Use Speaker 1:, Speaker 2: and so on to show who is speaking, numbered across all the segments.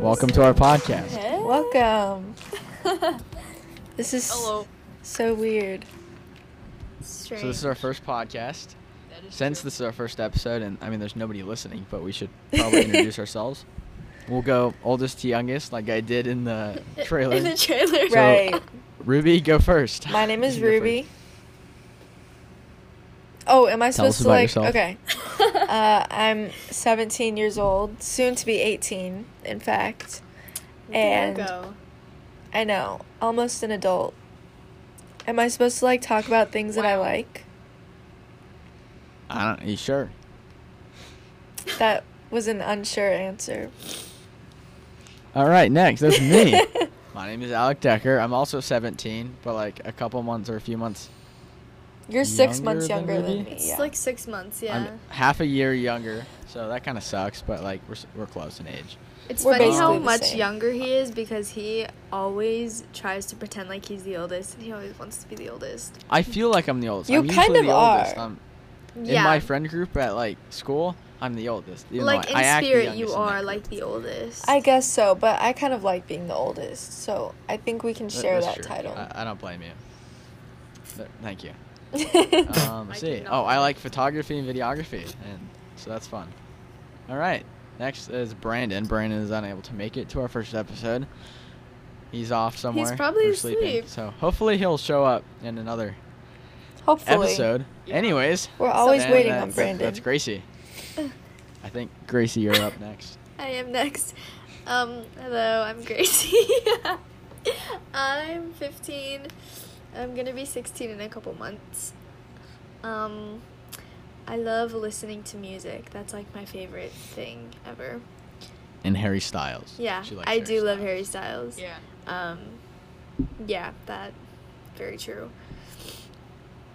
Speaker 1: Welcome to our podcast.
Speaker 2: Hey.
Speaker 3: Welcome. This is
Speaker 2: Hello.
Speaker 3: so weird.
Speaker 2: Strange.
Speaker 1: So this is our first podcast.
Speaker 2: That is
Speaker 1: Since
Speaker 2: true.
Speaker 1: this is our first episode, and I mean, there's nobody listening, but we should probably introduce ourselves. We'll go oldest to youngest, like I did in the trailer.
Speaker 2: In the trailer.
Speaker 1: So-
Speaker 3: right.
Speaker 1: Ruby, go first.
Speaker 3: My name is
Speaker 1: You go first.
Speaker 3: Ruby. Oh, am I
Speaker 1: Tell us
Speaker 3: supposed to
Speaker 1: about
Speaker 3: like
Speaker 1: yourself.
Speaker 3: okay. Uh, I'm 17 years old, soon to be 18, in fact. And
Speaker 2: Virgo.
Speaker 3: I know, almost an adult. Am I supposed to like talk about things that I
Speaker 2: Wow.
Speaker 3: like?
Speaker 1: I don't. you sure?
Speaker 3: That was an unsure answer.
Speaker 1: All right, next. That's me. My name is Alec Decker. I'm also 17, but like a couple months or a few months.
Speaker 3: You're six
Speaker 1: Younger
Speaker 3: months
Speaker 1: than
Speaker 3: younger than
Speaker 1: Ruby?
Speaker 3: me.
Speaker 2: It's
Speaker 3: Yeah.
Speaker 2: like six months, yeah.
Speaker 1: I'm half a year younger, so that kind of sucks. But like we're s- we're close in age.
Speaker 2: it's
Speaker 3: We're
Speaker 2: funny how
Speaker 3: basically the
Speaker 2: much
Speaker 3: same.
Speaker 2: younger he is because he always tries to pretend like he's the oldest and he always wants to be the oldest.
Speaker 1: I feel like I'm the oldest.
Speaker 3: You
Speaker 1: I'm
Speaker 3: kind
Speaker 1: usually
Speaker 3: of
Speaker 1: the oldest.
Speaker 3: are.
Speaker 1: I'm,
Speaker 2: Yeah.
Speaker 1: In my friend group at like school, I'm the oldest. even though
Speaker 2: like in
Speaker 1: I, I act the
Speaker 2: spirit,
Speaker 1: youngest
Speaker 2: you
Speaker 1: in that
Speaker 2: are
Speaker 1: group.
Speaker 2: like the oldest.
Speaker 3: I guess so, but I kind of like being the oldest, so I think we can
Speaker 1: Th-
Speaker 3: share
Speaker 1: that's
Speaker 3: that
Speaker 1: true.
Speaker 3: title.
Speaker 1: I, I don't blame you. Th- thank you. Um,
Speaker 2: I
Speaker 1: let's see.
Speaker 2: do not
Speaker 1: Oh, I like photography and videography, and so that's fun. All right. Next is Brandon. Brandon is unable to make it to our first episode. He's off somewhere.
Speaker 2: probably
Speaker 1: or sleeping.
Speaker 2: asleep.
Speaker 1: So hopefully he'll show up in another
Speaker 3: Hopefully,
Speaker 1: episode.
Speaker 2: Yeah.
Speaker 1: Anyways,
Speaker 3: we're always
Speaker 1: and
Speaker 3: waiting
Speaker 1: that-
Speaker 3: on
Speaker 1: that-
Speaker 3: Brandon.
Speaker 1: That's Gracie. I think Gracie, you're up next.
Speaker 2: I am next. Um, hello, I'm Gracie. I'm 15. I'm gonna be 16 in a couple months. Um, I love listening to music. That's like my favorite thing ever.
Speaker 1: And Harry Styles.
Speaker 2: Yeah,
Speaker 1: She likes
Speaker 2: I do
Speaker 1: Harry
Speaker 2: love
Speaker 1: Styles.
Speaker 2: Harry Styles. Yeah. Um, yeah, that very true.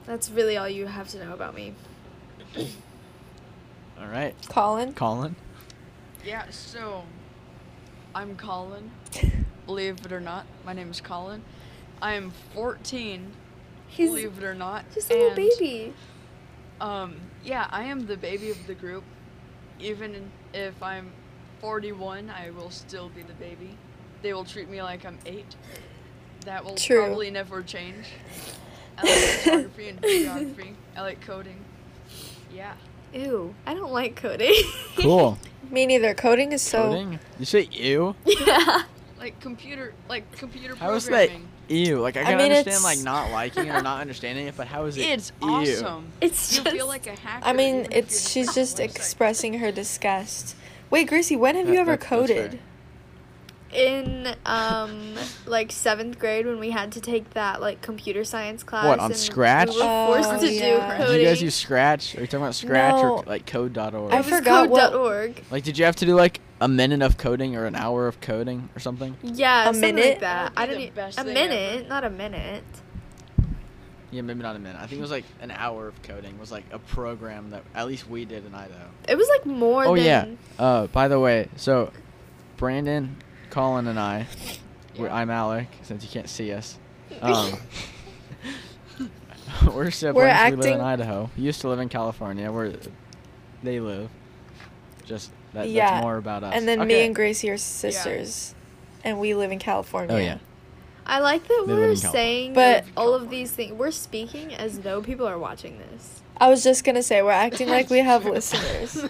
Speaker 2: That's really all you have to know about me.
Speaker 1: All right,
Speaker 3: Colin.
Speaker 1: Colin.
Speaker 4: Yeah, so I'm Colin. Believe it or not, my name is Colin. I am 14.
Speaker 2: He's
Speaker 4: believe it or not.
Speaker 2: just a little
Speaker 4: and,
Speaker 2: baby.
Speaker 4: Um, yeah, I am the baby of the group. Even if I'm 41, I will still be the baby. They will treat me like I'm eight. That will
Speaker 3: True.
Speaker 4: probably never change. I like photography and videography. I like coding. Yeah.
Speaker 2: Ew, I don't like coding.
Speaker 1: Cool.
Speaker 3: Me neither. Coding is so.
Speaker 1: Coding. You say ew.
Speaker 2: yeah.
Speaker 4: Like computer, like computer
Speaker 1: How
Speaker 4: programming.
Speaker 1: is that ew? Like I
Speaker 3: I
Speaker 1: can
Speaker 3: mean,
Speaker 1: understand
Speaker 3: it's-
Speaker 1: like not liking it or not understanding it, but how is it?
Speaker 4: It's
Speaker 1: ew?
Speaker 4: awesome.
Speaker 2: It's
Speaker 4: You
Speaker 2: just.
Speaker 4: feel like a hacker.
Speaker 3: I
Speaker 4: even
Speaker 3: mean,
Speaker 4: if you're
Speaker 3: it's she's
Speaker 4: on
Speaker 3: just
Speaker 4: the website.
Speaker 3: expressing her disgust. Wait, Gracie, when have
Speaker 1: That-
Speaker 3: you ever
Speaker 1: that's- that's fair.
Speaker 3: coded?
Speaker 2: in um like seventh grade when we had to take that like computer science class.
Speaker 1: What, on
Speaker 2: and
Speaker 1: Scratch?
Speaker 2: We were forced
Speaker 3: Oh,
Speaker 2: to
Speaker 3: yeah.
Speaker 2: do
Speaker 1: Did
Speaker 2: coding.
Speaker 1: you guys use Scratch? Are you talking about Scratch
Speaker 3: No.
Speaker 1: or like Code.org?
Speaker 3: I
Speaker 2: It was
Speaker 3: forgot what-
Speaker 2: code.org.
Speaker 1: like, did you have to do like a minute of coding or an hour of coding or something?
Speaker 2: Yeah,
Speaker 3: A
Speaker 2: something
Speaker 3: minute?
Speaker 2: like that.
Speaker 4: That
Speaker 2: I
Speaker 4: would
Speaker 2: don't
Speaker 4: be the
Speaker 2: e-
Speaker 4: best
Speaker 2: a
Speaker 4: thing
Speaker 2: minute, not a minute.
Speaker 1: Yeah, maybe not a minute. I think it was like an hour of coding. Was like a program that at least we did in Idaho.
Speaker 2: It was like more
Speaker 1: oh
Speaker 2: than
Speaker 1: yeah. Uh, by the way, so Brandon, Colin, and I, we're,
Speaker 4: Yeah.
Speaker 1: I'm Alec since you can't see us. Um, we're siblings. we live in
Speaker 3: acting-
Speaker 1: Idaho. We used to live in California, where they live. Just that,
Speaker 3: Yeah,
Speaker 1: that's more about us.
Speaker 3: And then me
Speaker 1: Okay.
Speaker 3: and Gracie are sisters, and we live in California.
Speaker 1: Oh yeah.
Speaker 2: I like that
Speaker 1: They live
Speaker 2: we're
Speaker 1: in California.
Speaker 2: saying
Speaker 3: But-
Speaker 2: all of these things. We're speaking as though people are watching this.
Speaker 3: I was just gonna say we're acting like we have listeners.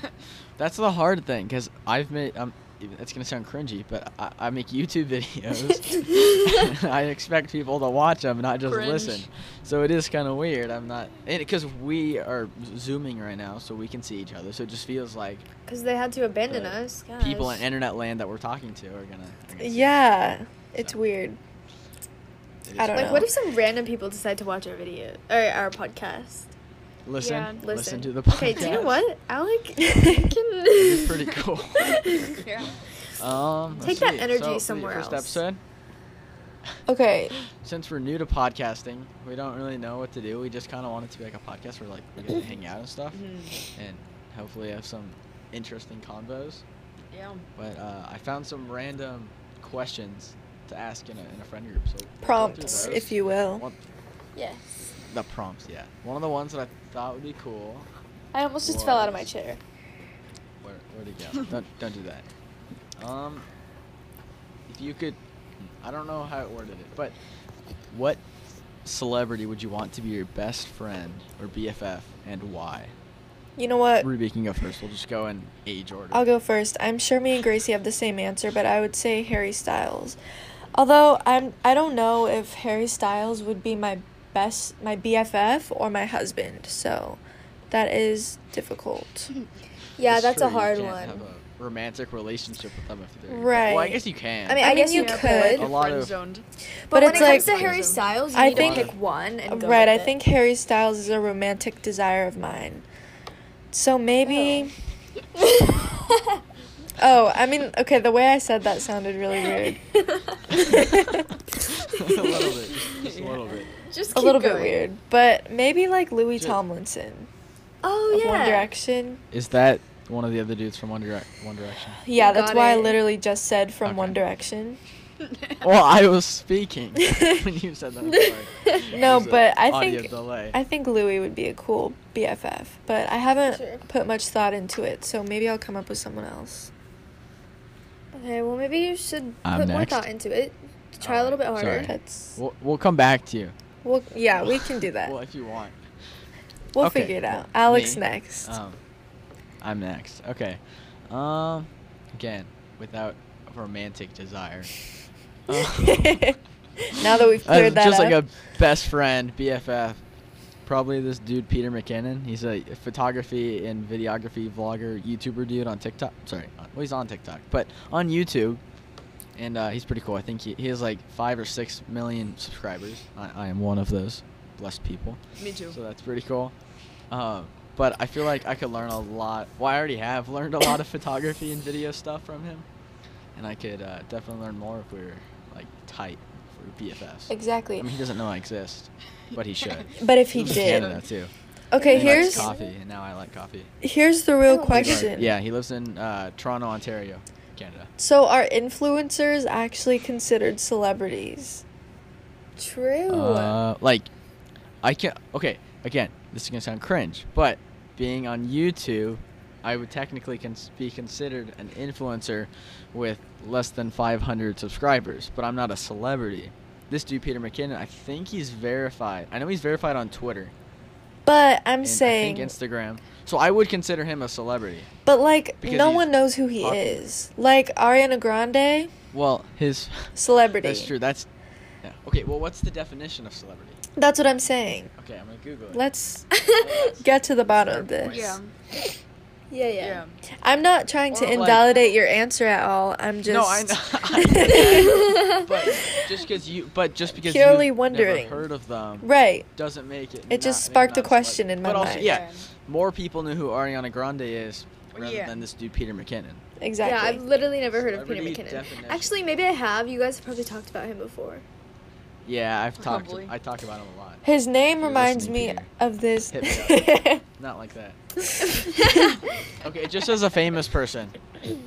Speaker 1: That's the hard thing because I've made. Um, it's gonna sound cringy, but I, I make YouTube videos. I expect people to watch them, not just
Speaker 4: Cringe.
Speaker 1: listen. So it is kind of weird. I'm not because we are zooming right now, so we can see each other. So it just feels like
Speaker 2: Because they had to abandon
Speaker 1: But
Speaker 2: us. Gosh.
Speaker 1: people in internet land that we're talking to are gonna. are gonna see
Speaker 3: yeah, it's weird.
Speaker 1: it is
Speaker 3: I don't
Speaker 2: Like,
Speaker 3: know.
Speaker 2: what if some random people decide to watch our video or our podcast?
Speaker 1: Listen,
Speaker 4: Yeah,
Speaker 1: listen,
Speaker 2: Listen
Speaker 1: to the podcast.
Speaker 2: Okay, do you know what, Alec?
Speaker 3: It'd
Speaker 1: be pretty cool.
Speaker 4: Yeah.
Speaker 1: Um, let's
Speaker 2: Take that
Speaker 1: see.
Speaker 2: energy
Speaker 1: So, for the
Speaker 2: somewhere
Speaker 1: first
Speaker 2: else.
Speaker 1: episode.
Speaker 3: Okay,
Speaker 1: Since we're new to podcasting, we don't really know what to do. We just kind of want it to be like a podcast where like we get to hang out and stuff,
Speaker 2: Mm-hmm.
Speaker 1: and hopefully have some interesting convos.
Speaker 4: Yeah.
Speaker 1: But uh, I found some random questions to ask in a, in a friend group. So we'll go through
Speaker 3: prompts,
Speaker 1: those.
Speaker 3: if you will.
Speaker 1: One-
Speaker 2: Yes.
Speaker 1: the prompts, yeah. One of the ones that I thought would be cool
Speaker 2: I almost
Speaker 1: just fell out of my Was.
Speaker 2: chair.
Speaker 1: Where, where'd it go? don't, don't do that. Um, if you could, I don't know how it worded it, but what celebrity would you want to be your best friend or BFF and why?
Speaker 3: You know what?
Speaker 1: Ruby can go first. We'll just go in age order.
Speaker 3: Uh, I'll go first. I'm sure me and Gracie have the same answer, but I would say Harry Styles. Although I'm I don't know if Harry Styles would be my best my BFF or my husband. So that is difficult.
Speaker 2: Yeah,
Speaker 1: It's
Speaker 2: that's
Speaker 1: true,
Speaker 2: a hard
Speaker 1: you can't
Speaker 2: one.
Speaker 1: Have a romantic relationship with them if they're Well, I
Speaker 3: Right.
Speaker 1: guess you can.
Speaker 2: I mean, I,
Speaker 3: I mean,
Speaker 2: guess
Speaker 3: you
Speaker 2: you
Speaker 3: could.
Speaker 2: could.
Speaker 1: A lot of-
Speaker 4: Friend-zoned.
Speaker 2: But, when
Speaker 3: it's
Speaker 2: it comes to
Speaker 3: like-
Speaker 2: Harry Styles, you
Speaker 3: I
Speaker 2: need
Speaker 3: think-
Speaker 2: to pick one and go
Speaker 3: right, I
Speaker 2: with it.
Speaker 3: think Harry Styles is a romantic desire of mine. So maybe Oh, I mean, okay, the way I said that sounded really weird.
Speaker 1: a little bit, just, just a
Speaker 4: Yeah.
Speaker 1: little bit.
Speaker 2: Just
Speaker 3: a
Speaker 2: keep
Speaker 3: little bit
Speaker 2: going.
Speaker 3: weird, but maybe like Louis
Speaker 1: Ju-
Speaker 3: Tomlinson
Speaker 2: Oh
Speaker 3: of
Speaker 2: yeah.
Speaker 3: One Direction.
Speaker 1: Is that one of the other dudes from One, Direc- one Direction?
Speaker 3: Yeah,
Speaker 2: You
Speaker 3: that's
Speaker 2: got
Speaker 3: why I
Speaker 2: it.
Speaker 3: literally just said from
Speaker 1: Okay.
Speaker 3: One Direction.
Speaker 1: Well, I was speaking when you said that. I'm sorry.
Speaker 3: No,
Speaker 1: There's a
Speaker 3: but I
Speaker 1: audio
Speaker 3: think-
Speaker 1: delay.
Speaker 3: I think Louis would be a cool BFF, but I haven't
Speaker 2: Sure.
Speaker 3: put much thought into it, so maybe I'll come up with someone else.
Speaker 2: Okay, well maybe you should
Speaker 1: I'm
Speaker 2: put more
Speaker 1: next.
Speaker 2: thought into it. Try a
Speaker 1: Alright,
Speaker 2: little bit harder.
Speaker 1: sorry.
Speaker 3: That's
Speaker 1: We'll, we'll come back to you.
Speaker 3: well, yeah, we can do
Speaker 1: well,
Speaker 3: that.
Speaker 1: if you want.
Speaker 3: We'll
Speaker 1: okay,
Speaker 3: figure it
Speaker 1: well,
Speaker 3: out. Alex
Speaker 1: me,
Speaker 3: next.
Speaker 1: Um, I'm next. Okay. Um, again, without a romantic desire. Um,
Speaker 3: now that we've
Speaker 1: Uh,
Speaker 3: cleared that
Speaker 1: Oh. just like
Speaker 3: up,
Speaker 1: a best friend, BFF. Probably this dude Peter McKinnon. He's a photography and videography vlogger, YouTuber dude on TikTok. Sorry, on- well he's on TikTok, but on YouTube, and uh, he's pretty cool. I think he, he has like five or six million subscribers. I, I am one of those blessed people.
Speaker 4: Me too.
Speaker 1: So that's pretty cool. Um, but I feel like I could learn a lot. Well, I already have learned a lot of photography and video stuff from him, and I could uh, definitely learn more if we were like tight for BFFs.
Speaker 3: exactly.
Speaker 1: I mean, he doesn't know I exist, but he should.
Speaker 3: But if he
Speaker 1: He's in
Speaker 3: did,
Speaker 1: Canada too.
Speaker 3: okay,
Speaker 1: And he likes
Speaker 3: here's
Speaker 1: coffee, and now I like coffee.
Speaker 3: here's the real
Speaker 2: Oh.
Speaker 3: question.
Speaker 1: Yeah, he lives in uh, Toronto, Ontario, Canada.
Speaker 3: So are influencers actually considered celebrities?
Speaker 2: True.
Speaker 1: Uh, like, I can. Okay, again, this is gonna sound cringe, but being on YouTube, I would technically cons- be considered an influencer with less than 500 subscribers, but I'm not a celebrity. This dude, Peter McKinnon, I think he's verified. I know he's verified on Twitter
Speaker 3: But I'm
Speaker 1: and I
Speaker 3: saying,
Speaker 1: think Instagram. So I would consider him a celebrity.
Speaker 3: but like
Speaker 1: because
Speaker 3: no
Speaker 1: he's
Speaker 3: one knows who he
Speaker 1: popular.
Speaker 3: is. Like Ariana Grande,
Speaker 1: Well, his
Speaker 3: celebrity.
Speaker 1: that's true. That's yeah. okay. Well, what's the definition of celebrity?
Speaker 3: That's what I'm saying.
Speaker 1: Okay, I'm gonna Google it.
Speaker 3: Let's
Speaker 1: Let's-
Speaker 3: get to the bottom of
Speaker 1: Fair
Speaker 3: this.
Speaker 1: point.
Speaker 4: Yeah,
Speaker 2: yeah, yeah.
Speaker 4: yeah.
Speaker 3: I'm not trying to
Speaker 1: Or, like-
Speaker 3: invalidate your answer at all. I'm just
Speaker 1: no, I know. but just because you, but just because
Speaker 3: Purely
Speaker 1: you've
Speaker 3: wondering.
Speaker 1: never heard of them
Speaker 3: right.
Speaker 1: doesn't make it.
Speaker 3: It just
Speaker 1: not-
Speaker 3: sparked
Speaker 1: not
Speaker 3: a question
Speaker 1: celebrity.
Speaker 3: in my
Speaker 1: but also,
Speaker 3: mind.
Speaker 1: Yeah, more people knew who Ariana Grande is rather
Speaker 4: Yeah.
Speaker 1: than this dude Peter McKinnon.
Speaker 3: Exactly.
Speaker 2: Yeah, I've literally never heard of Peter
Speaker 1: Celebrity
Speaker 2: McKinnon.
Speaker 1: definition.
Speaker 2: Actually, maybe I have. You guys have probably talked about him before.
Speaker 1: Yeah,
Speaker 4: Oh,
Speaker 1: I've talked.
Speaker 4: Probably.
Speaker 1: I talk about him a lot.
Speaker 3: His name
Speaker 1: You're
Speaker 3: reminds me
Speaker 1: listening, Peter.
Speaker 3: of this.
Speaker 1: Hit me Not like that. Okay, just as a famous person.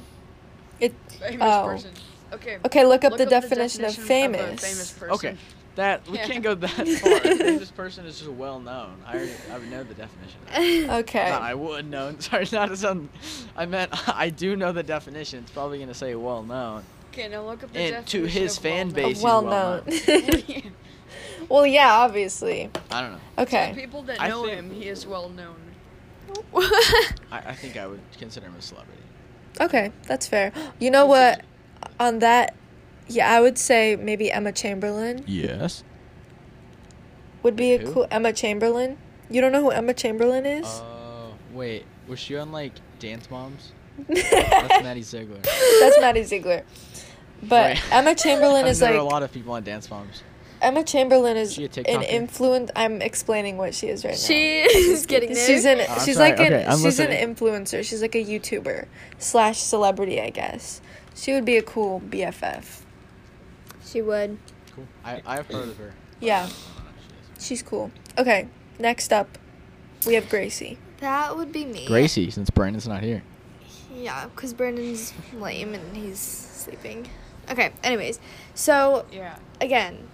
Speaker 3: it,
Speaker 4: Famous
Speaker 3: Oh.
Speaker 4: person. Okay.
Speaker 3: okay, look up
Speaker 4: Look
Speaker 3: the definition of
Speaker 4: Of a
Speaker 3: famous.
Speaker 4: famous person.
Speaker 1: Okay, that we
Speaker 4: Yeah.
Speaker 1: can't go that far. famous person is just well known. I already, I would know the definition.
Speaker 3: Okay.
Speaker 1: Not I would know. Sorry, not as un- I meant I do know the definition. It's probably gonna say well known.
Speaker 4: Okay, now look up the
Speaker 1: And to
Speaker 4: definition
Speaker 1: his
Speaker 4: of
Speaker 1: fan
Speaker 4: well-known.
Speaker 1: base.
Speaker 3: well
Speaker 1: well-known.
Speaker 3: known.
Speaker 4: yeah.
Speaker 3: well, yeah, obviously.
Speaker 1: I don't know.
Speaker 4: To the
Speaker 3: Okay.
Speaker 4: people that
Speaker 1: I
Speaker 4: know
Speaker 1: think-
Speaker 4: him, he is well known.
Speaker 1: I, I think I would consider him a celebrity.
Speaker 3: Okay, that's fair. You know what? On that, yeah, I would say maybe Emma Chamberlain
Speaker 1: Yes.
Speaker 3: would be a
Speaker 1: Who?
Speaker 3: cool Emma Chamberlain. You don't know who Emma Chamberlain is?
Speaker 1: Oh wait, was she on like Dance Moms? That's Maddie Ziegler.
Speaker 3: That's Maddie Ziegler. But
Speaker 1: Sorry.
Speaker 3: Emma Chamberlain
Speaker 1: I've
Speaker 3: is
Speaker 1: known
Speaker 3: like
Speaker 1: a lot of people on Dance Moms.
Speaker 3: Emma Chamberlain is
Speaker 1: She a
Speaker 3: an
Speaker 1: TikToker?
Speaker 3: influence. I'm explaining what she is right now.
Speaker 2: she is getting there.
Speaker 3: She's an
Speaker 1: Oh, I'm
Speaker 3: she's
Speaker 1: sorry.
Speaker 3: like an
Speaker 1: Okay, I'm
Speaker 3: she's an
Speaker 1: listening.
Speaker 3: influencer. She's like a YouTuber slash celebrity, I guess. She would be a cool BFF.
Speaker 2: she would.
Speaker 1: Cool. I I've heard of her.
Speaker 3: Yeah, she's cool. Okay, next up, we have Gracie.
Speaker 2: That would be me.
Speaker 1: Gracie, since Brandon's not here.
Speaker 2: Yeah, because Brandon's lame and he's sleeping. Okay, anyways. So,
Speaker 4: Yeah.
Speaker 2: again,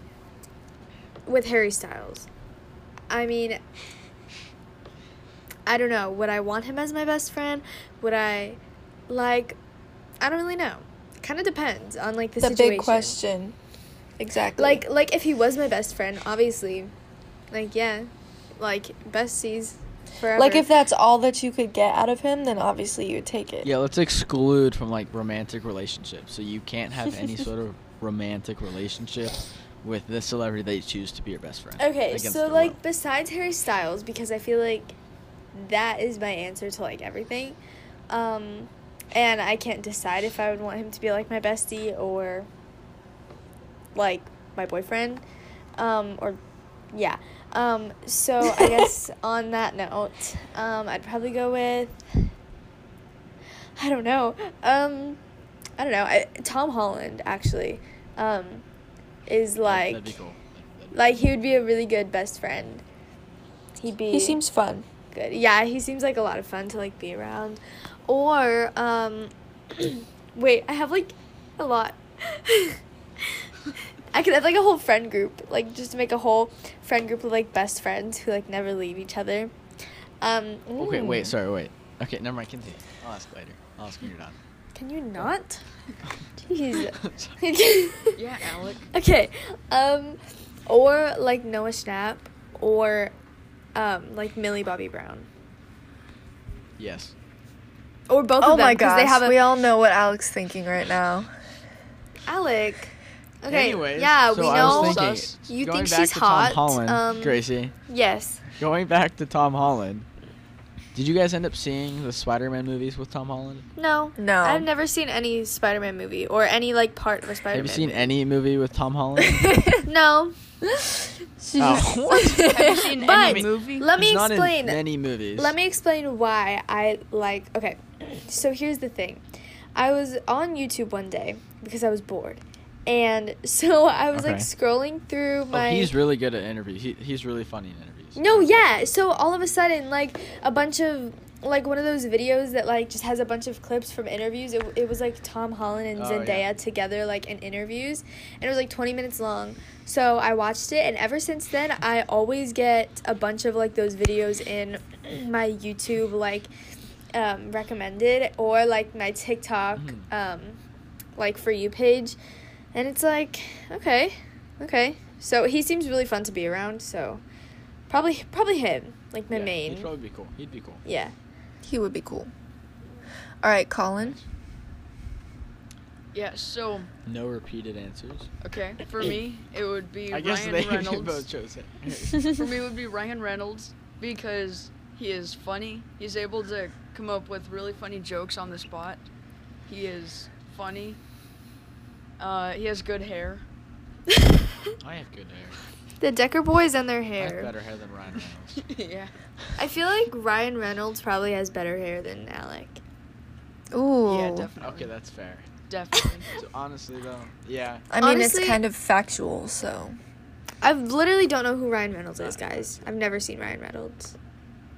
Speaker 2: with Harry Styles, I mean, I don't know. Would I want him as my best friend? Would I, like, I don't really know. kind of depends on like the,
Speaker 3: the
Speaker 2: situation.
Speaker 3: big question. Exactly.
Speaker 2: Like like if he was my best friend, obviously, like yeah, like besties forever.
Speaker 3: like if that's all that you could get out of him, then obviously you would take it.
Speaker 1: Yeah, let's exclude from like romantic relationships. So you can't have any sort of romantic relationship with the celebrity that you choose to be your best friend.
Speaker 2: Okay,
Speaker 1: against
Speaker 2: so
Speaker 1: their
Speaker 2: like
Speaker 1: will.
Speaker 2: besides Harry Styles, because I feel like that is my answer to like everything, um, and I can't decide if I would want him to be like my bestie or like my boyfriend, um, or yeah. Um, so I guess on that note, um, I'd probably go with I don't know. Um, I don't know. I, Tom Holland actually um, is like
Speaker 1: that'd be cool. That'd be-
Speaker 2: like he would be a really good best friend. He'd be
Speaker 3: He seems fun.
Speaker 2: good. Yeah, he seems like a lot of fun to like be around. Or um wait, I have like a lot. I could have like a whole friend group, like just to make a whole friend group of like best friends who like never leave each other. Um
Speaker 1: Okay,
Speaker 3: Mm.
Speaker 1: wait, sorry, wait. Okay, never mind. Continue. I'll ask later. I'll ask when you're done.
Speaker 2: can you not? Jeez.
Speaker 1: Sorry.
Speaker 4: Yeah, Alec.
Speaker 2: Okay. Um or like Noah Schnapp or um like Millie Bobby Brown.
Speaker 1: yes.
Speaker 2: Or both of them. 'cause They have a,
Speaker 3: Oh we all know what Alex thinking right now.
Speaker 2: Alec. Okay.
Speaker 1: Anyways,
Speaker 2: yeah,
Speaker 1: so
Speaker 2: we
Speaker 1: I was
Speaker 2: know.
Speaker 1: thinking,
Speaker 2: you
Speaker 1: going
Speaker 2: think
Speaker 1: back
Speaker 2: she's
Speaker 1: to
Speaker 2: hot,
Speaker 1: Tom Holland,
Speaker 2: um,
Speaker 1: Gracie.
Speaker 2: yes.
Speaker 1: Going back to Tom Holland. Did you guys end up seeing the Spider-Man movies with Tom Holland?
Speaker 2: No.
Speaker 3: No.
Speaker 2: I've never seen any Spider-Man movie or any like part of a Spider-Man.
Speaker 1: Have you seen any movie with Tom Holland?
Speaker 2: No.
Speaker 1: Oh.
Speaker 4: Have you seen
Speaker 2: But-
Speaker 4: any movie?
Speaker 2: Let me
Speaker 1: He's not in
Speaker 2: explain.
Speaker 1: many movies.
Speaker 2: Let me explain why I like. Okay, so here's the thing. I was on YouTube one day because I was bored, and so I was like
Speaker 1: Okay.
Speaker 2: scrolling through
Speaker 1: Oh,
Speaker 2: my.
Speaker 1: he's really good at interviews. He, he's really funny in interviews.
Speaker 2: No, yeah. So all of a sudden, like a bunch of like one of those videos that like just has a bunch of clips from interviews. It, it was like Tom Holland and
Speaker 1: Oh,
Speaker 2: Zendaya
Speaker 1: yeah.
Speaker 2: together, like in interviews, and it was like twenty minutes long. So I watched it, and ever since then, I always get a bunch of like those videos in my YouTube like um, recommended or like my TikTok
Speaker 1: Mhm.
Speaker 2: um, like for you page, and it's like okay, okay. So he seems really fun to be around. So. Probably, probably him, like my
Speaker 1: Yeah,
Speaker 2: main.
Speaker 1: He'd probably be cool. He'd be cool.
Speaker 2: yeah.
Speaker 3: He would be cool. All right, Colin.
Speaker 4: Yeah, so
Speaker 1: No repeated answers.
Speaker 4: okay, for me it would be
Speaker 1: I guess
Speaker 4: Ryan
Speaker 1: they
Speaker 4: Reynolds.
Speaker 1: both chose it.
Speaker 4: for me it would be Ryan Reynolds because he is funny. He's able to come up with really funny jokes on the spot. He is funny. Uh, he has good hair.
Speaker 1: I have good hair.
Speaker 2: the Decker boys and their
Speaker 1: I have
Speaker 2: hair.
Speaker 1: better hair than Ryan Reynolds.
Speaker 4: yeah.
Speaker 2: I feel like Ryan Reynolds probably has better hair than Alec.
Speaker 3: Ooh.
Speaker 4: Yeah, definitely.
Speaker 1: okay, that's fair.
Speaker 4: definitely.
Speaker 1: So honestly though, yeah.
Speaker 3: I mean,
Speaker 2: Honestly-
Speaker 3: it's kind of factual, so.
Speaker 2: I literally don't know who Ryan Reynolds is, guys. I've never seen Ryan Reynolds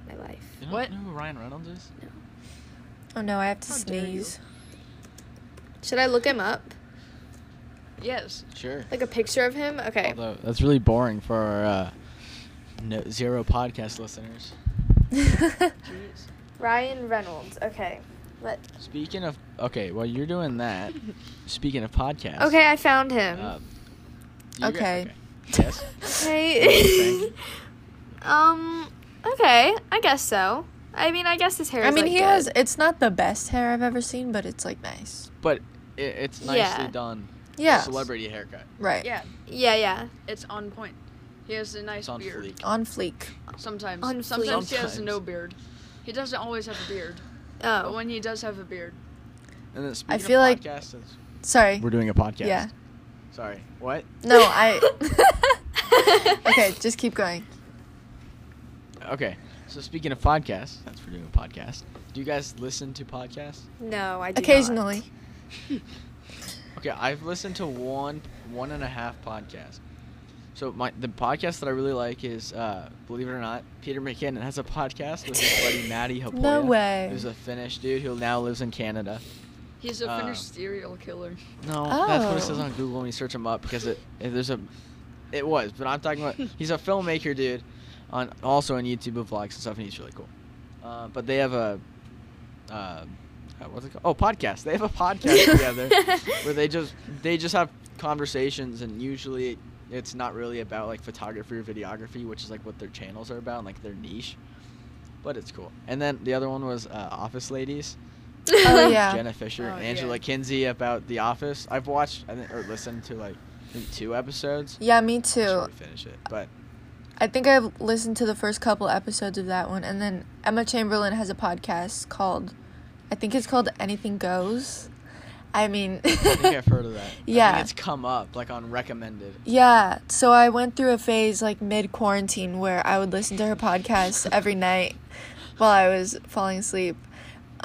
Speaker 2: in my life.
Speaker 1: You don't
Speaker 4: What?
Speaker 1: know who Ryan Reynolds is?
Speaker 3: Oh no, I have to
Speaker 4: How dare you.
Speaker 3: sneeze.
Speaker 2: Should I look him up?
Speaker 4: Yes.
Speaker 1: Sure.
Speaker 2: Like a picture of him? Okay.
Speaker 1: Although that's really boring for our uh, no, zero podcast listeners.
Speaker 4: Jeez.
Speaker 2: Ryan Reynolds. Okay. Let.
Speaker 1: Speaking of okay, while you're doing that, speaking of podcasts.
Speaker 2: Okay, I found him.
Speaker 1: um, you got-
Speaker 3: Okay.
Speaker 1: Yes.
Speaker 2: okay. um. Okay. I guess so. I mean, I guess his hair.
Speaker 3: I
Speaker 2: is,
Speaker 3: mean,
Speaker 2: like,
Speaker 3: he
Speaker 2: good.
Speaker 3: has. It's not the best hair I've ever seen, but it's like nice.
Speaker 1: But it, it's nicely
Speaker 2: Yeah.
Speaker 1: done.
Speaker 3: Yeah.
Speaker 1: Celebrity haircut.
Speaker 3: Right.
Speaker 4: Yeah,
Speaker 2: Yeah, yeah.
Speaker 4: it's on point. He has a nice
Speaker 1: It's on
Speaker 4: beard.
Speaker 1: fleek.
Speaker 3: On fleek.
Speaker 4: Sometimes.
Speaker 2: On fleek.
Speaker 4: Sometimes, he has
Speaker 1: Sometimes.
Speaker 4: no beard. He doesn't always have a beard. But
Speaker 2: Oh.
Speaker 4: when he does have a beard,
Speaker 1: And then speaking
Speaker 3: feel
Speaker 1: of
Speaker 3: like-
Speaker 1: podcasts, since
Speaker 3: Sorry.
Speaker 1: we're doing a podcast.
Speaker 3: Yeah.
Speaker 1: Sorry. What?
Speaker 3: No, I. okay, just keep going.
Speaker 1: Okay. So speaking of podcasts, that's for doing a podcast. Do you guys listen to podcasts?
Speaker 2: No, I do not.
Speaker 3: Occasionally.
Speaker 1: Okay, I've listened to one one and a half podcast. So my the podcast that I really like is uh, believe it or not, Peter McKinnon has a podcast with his buddy Matty Hapoya.
Speaker 3: No way.
Speaker 1: Who's a Finnish dude who now lives in Canada.
Speaker 4: he's a
Speaker 1: Uh,
Speaker 4: finished serial killer.
Speaker 1: No, that's what it says
Speaker 3: Oh.
Speaker 1: on Google when you search him up because it, it there's a it was, but I'm talking about he's a filmmaker dude on also on YouTube and vlogs and stuff and he's really cool. Uh, but they have a uh, uh, what's it called? Oh, podcast. They have a podcast together where they just they just have conversations, and usually it's not really about like photography or videography, which is like what their channels are about, and, like their niche. But it's cool. And then the other one was uh, Office Ladies.
Speaker 3: Oh yeah.
Speaker 1: Jenna Fisher
Speaker 4: Oh,
Speaker 1: and Angela
Speaker 4: yeah.
Speaker 1: Kinsey about The Office. I've watched I think, or listened to like maybe two episodes.
Speaker 3: Yeah, me
Speaker 1: I should
Speaker 3: too.
Speaker 1: really finish it, but
Speaker 3: I think I've listened to the first couple episodes of that one, and then Emma Chamberlain has a podcast called, I think it's called Anything Goes. I mean,
Speaker 1: I think I've heard of that. I think
Speaker 3: Yeah.
Speaker 1: it's come up like on recommended.
Speaker 3: yeah. So I went through a phase like mid quarantine where I would listen to her podcast every night while I was falling asleep,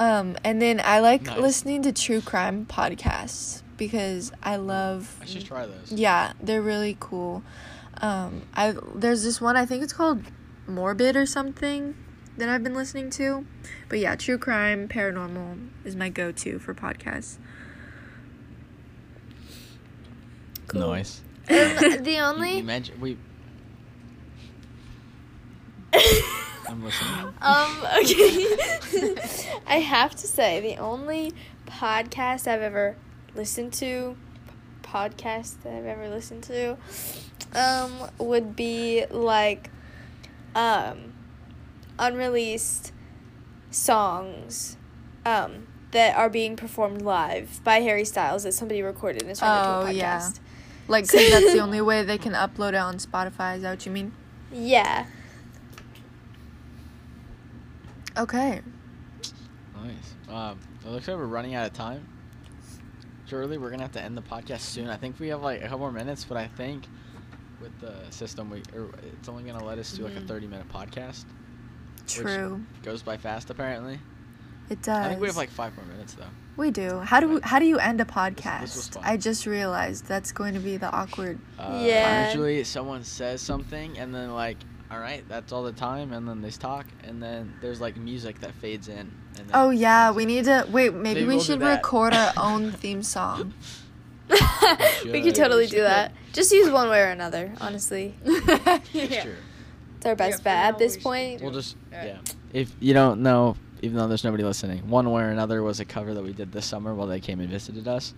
Speaker 3: um, and then I like
Speaker 1: Nice.
Speaker 3: listening to true crime podcasts because I love
Speaker 1: I should try those.
Speaker 3: Yeah, they're really cool. Um, I there's this one I think it's called Morbid or something that I've been listening to, but yeah, true crime, paranormal is my go-to for podcasts.
Speaker 2: Cool.
Speaker 1: Nice.
Speaker 2: And Um, the
Speaker 1: You,
Speaker 2: only
Speaker 1: you mentioned we. I'm listening.
Speaker 2: Um, okay. I have to say, the only podcast I've ever listened to, p- podcast that I've ever listened to, um, would be like, um, unreleased songs, um, that are being performed live by Harry Styles that somebody recorded and turned
Speaker 3: Oh,
Speaker 2: into a podcast.
Speaker 3: yeah. Like 'cause that's the only way they can upload it on Spotify. Is that what you mean?
Speaker 2: Yeah.
Speaker 3: Okay.
Speaker 1: Nice. Um, it looks like we're running out of time. Surely we're gonna have to end the podcast soon. I think we have like a couple more minutes, but I think with the system, we or it's only gonna let us do like a
Speaker 3: Mm-hmm.
Speaker 4: Mhm.
Speaker 1: 30 minute podcast.
Speaker 3: True.
Speaker 1: Goes by fast, apparently.
Speaker 3: It does.
Speaker 1: I think we have like five more minutes though.
Speaker 3: We do. How do we, how do you end a podcast?
Speaker 1: this was fun.
Speaker 3: I just realized that's going to be the awkward.
Speaker 1: Uh,
Speaker 2: Yeah.
Speaker 1: Usually someone says something and then like, all right, that's all the time, and then they talk, and then there's like music that fades in. And then
Speaker 3: Oh yeah, we need to wait. Maybe,
Speaker 1: Maybe
Speaker 3: we
Speaker 1: we'll do
Speaker 3: should
Speaker 1: that.
Speaker 3: record our own theme song.
Speaker 2: we could totally do that. Just use one way or another, honestly.
Speaker 1: It's
Speaker 4: yeah.
Speaker 1: true.
Speaker 2: It's our best
Speaker 4: for
Speaker 2: bet
Speaker 4: now
Speaker 2: at this
Speaker 4: we should
Speaker 2: point.
Speaker 1: We'll just
Speaker 4: Alright.
Speaker 1: yeah. If you don't know, even though there's nobody listening, one way or another was a cover that we did this summer while they came and visited us.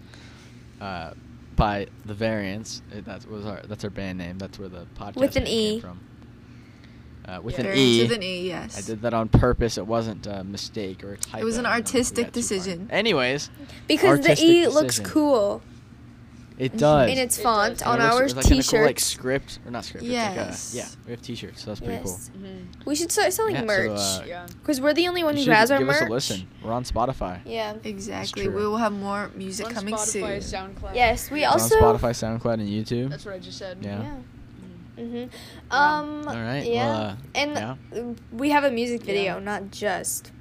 Speaker 1: Uh, by the Variants, Uh, that was our that's our band name. That's where the podcast
Speaker 2: With an
Speaker 1: name came
Speaker 2: E.
Speaker 1: from. Uh, with
Speaker 4: Yeah.
Speaker 1: an
Speaker 3: Very
Speaker 1: E.
Speaker 3: With an E, yes.
Speaker 1: I did that on purpose. It wasn't a mistake or a typo.
Speaker 3: was an
Speaker 1: I don't know if we
Speaker 3: artistic
Speaker 1: got too far.
Speaker 3: decision.
Speaker 1: Anyways,
Speaker 2: Because the
Speaker 1: artistic
Speaker 2: E looks
Speaker 1: decision.
Speaker 2: cool
Speaker 1: it does.
Speaker 2: in its
Speaker 4: It
Speaker 2: font
Speaker 4: does.
Speaker 1: And
Speaker 2: on
Speaker 1: it looks-
Speaker 2: our
Speaker 1: it's like kinda
Speaker 2: t-shirts.
Speaker 1: Cool, like script or not script.
Speaker 3: Yes.
Speaker 1: It's like a, yeah, we have t-shirts, so that's pretty cool.
Speaker 2: yes.
Speaker 3: Mm-hmm.
Speaker 4: Mhm.
Speaker 2: We should start selling
Speaker 1: Yeah, so,
Speaker 2: merch
Speaker 1: uh,
Speaker 3: um,
Speaker 4: Yeah.
Speaker 2: because we're the only one
Speaker 1: You
Speaker 2: who
Speaker 1: should
Speaker 2: has our
Speaker 1: give
Speaker 2: merch.
Speaker 1: us a listen. We're on Spotify.
Speaker 2: Yeah.
Speaker 3: Exactly.
Speaker 1: true.
Speaker 3: We will have more music
Speaker 4: On
Speaker 3: coming
Speaker 4: Spotify,
Speaker 3: soon.
Speaker 4: SoundCloud.
Speaker 2: Yes, we
Speaker 1: We're
Speaker 2: also.
Speaker 1: on Spotify, SoundCloud, and YouTube.
Speaker 4: That's what I just said. Mm-hmm.
Speaker 1: Yeah.
Speaker 2: Mhm. Um.
Speaker 1: All right.
Speaker 2: Yeah.
Speaker 1: Well, uh,
Speaker 2: and we have a music video, not just.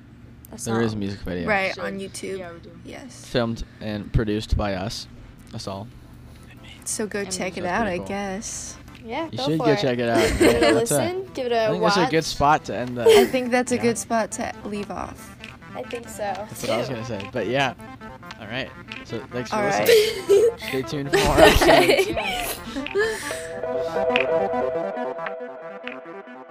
Speaker 2: A song.
Speaker 1: there is a music video.
Speaker 3: Right
Speaker 4: So-
Speaker 3: on YouTube.
Speaker 4: Yeah, we do.
Speaker 3: Yes.
Speaker 1: Filmed and produced by us. Us all.
Speaker 3: So go
Speaker 4: And
Speaker 3: check it
Speaker 1: that's
Speaker 3: out,
Speaker 1: pretty
Speaker 3: I
Speaker 1: cool.
Speaker 3: guess.
Speaker 2: Yeah.
Speaker 1: You
Speaker 2: go
Speaker 1: should
Speaker 2: for
Speaker 1: go
Speaker 2: it.
Speaker 1: check it out.
Speaker 2: Give it
Speaker 1: Yeah,
Speaker 2: a
Speaker 1: that's a-
Speaker 2: listen. give it a
Speaker 1: I think
Speaker 2: watch.
Speaker 1: that's a good spot to end the.
Speaker 3: I think that's a
Speaker 1: Yeah.
Speaker 3: good spot to leave off.
Speaker 2: I think so.
Speaker 1: That's what I was gonna say. But yeah. All right. So thanks for
Speaker 3: All right.
Speaker 1: listening. Stay tuned for more.
Speaker 2: okay.
Speaker 4: Yeah.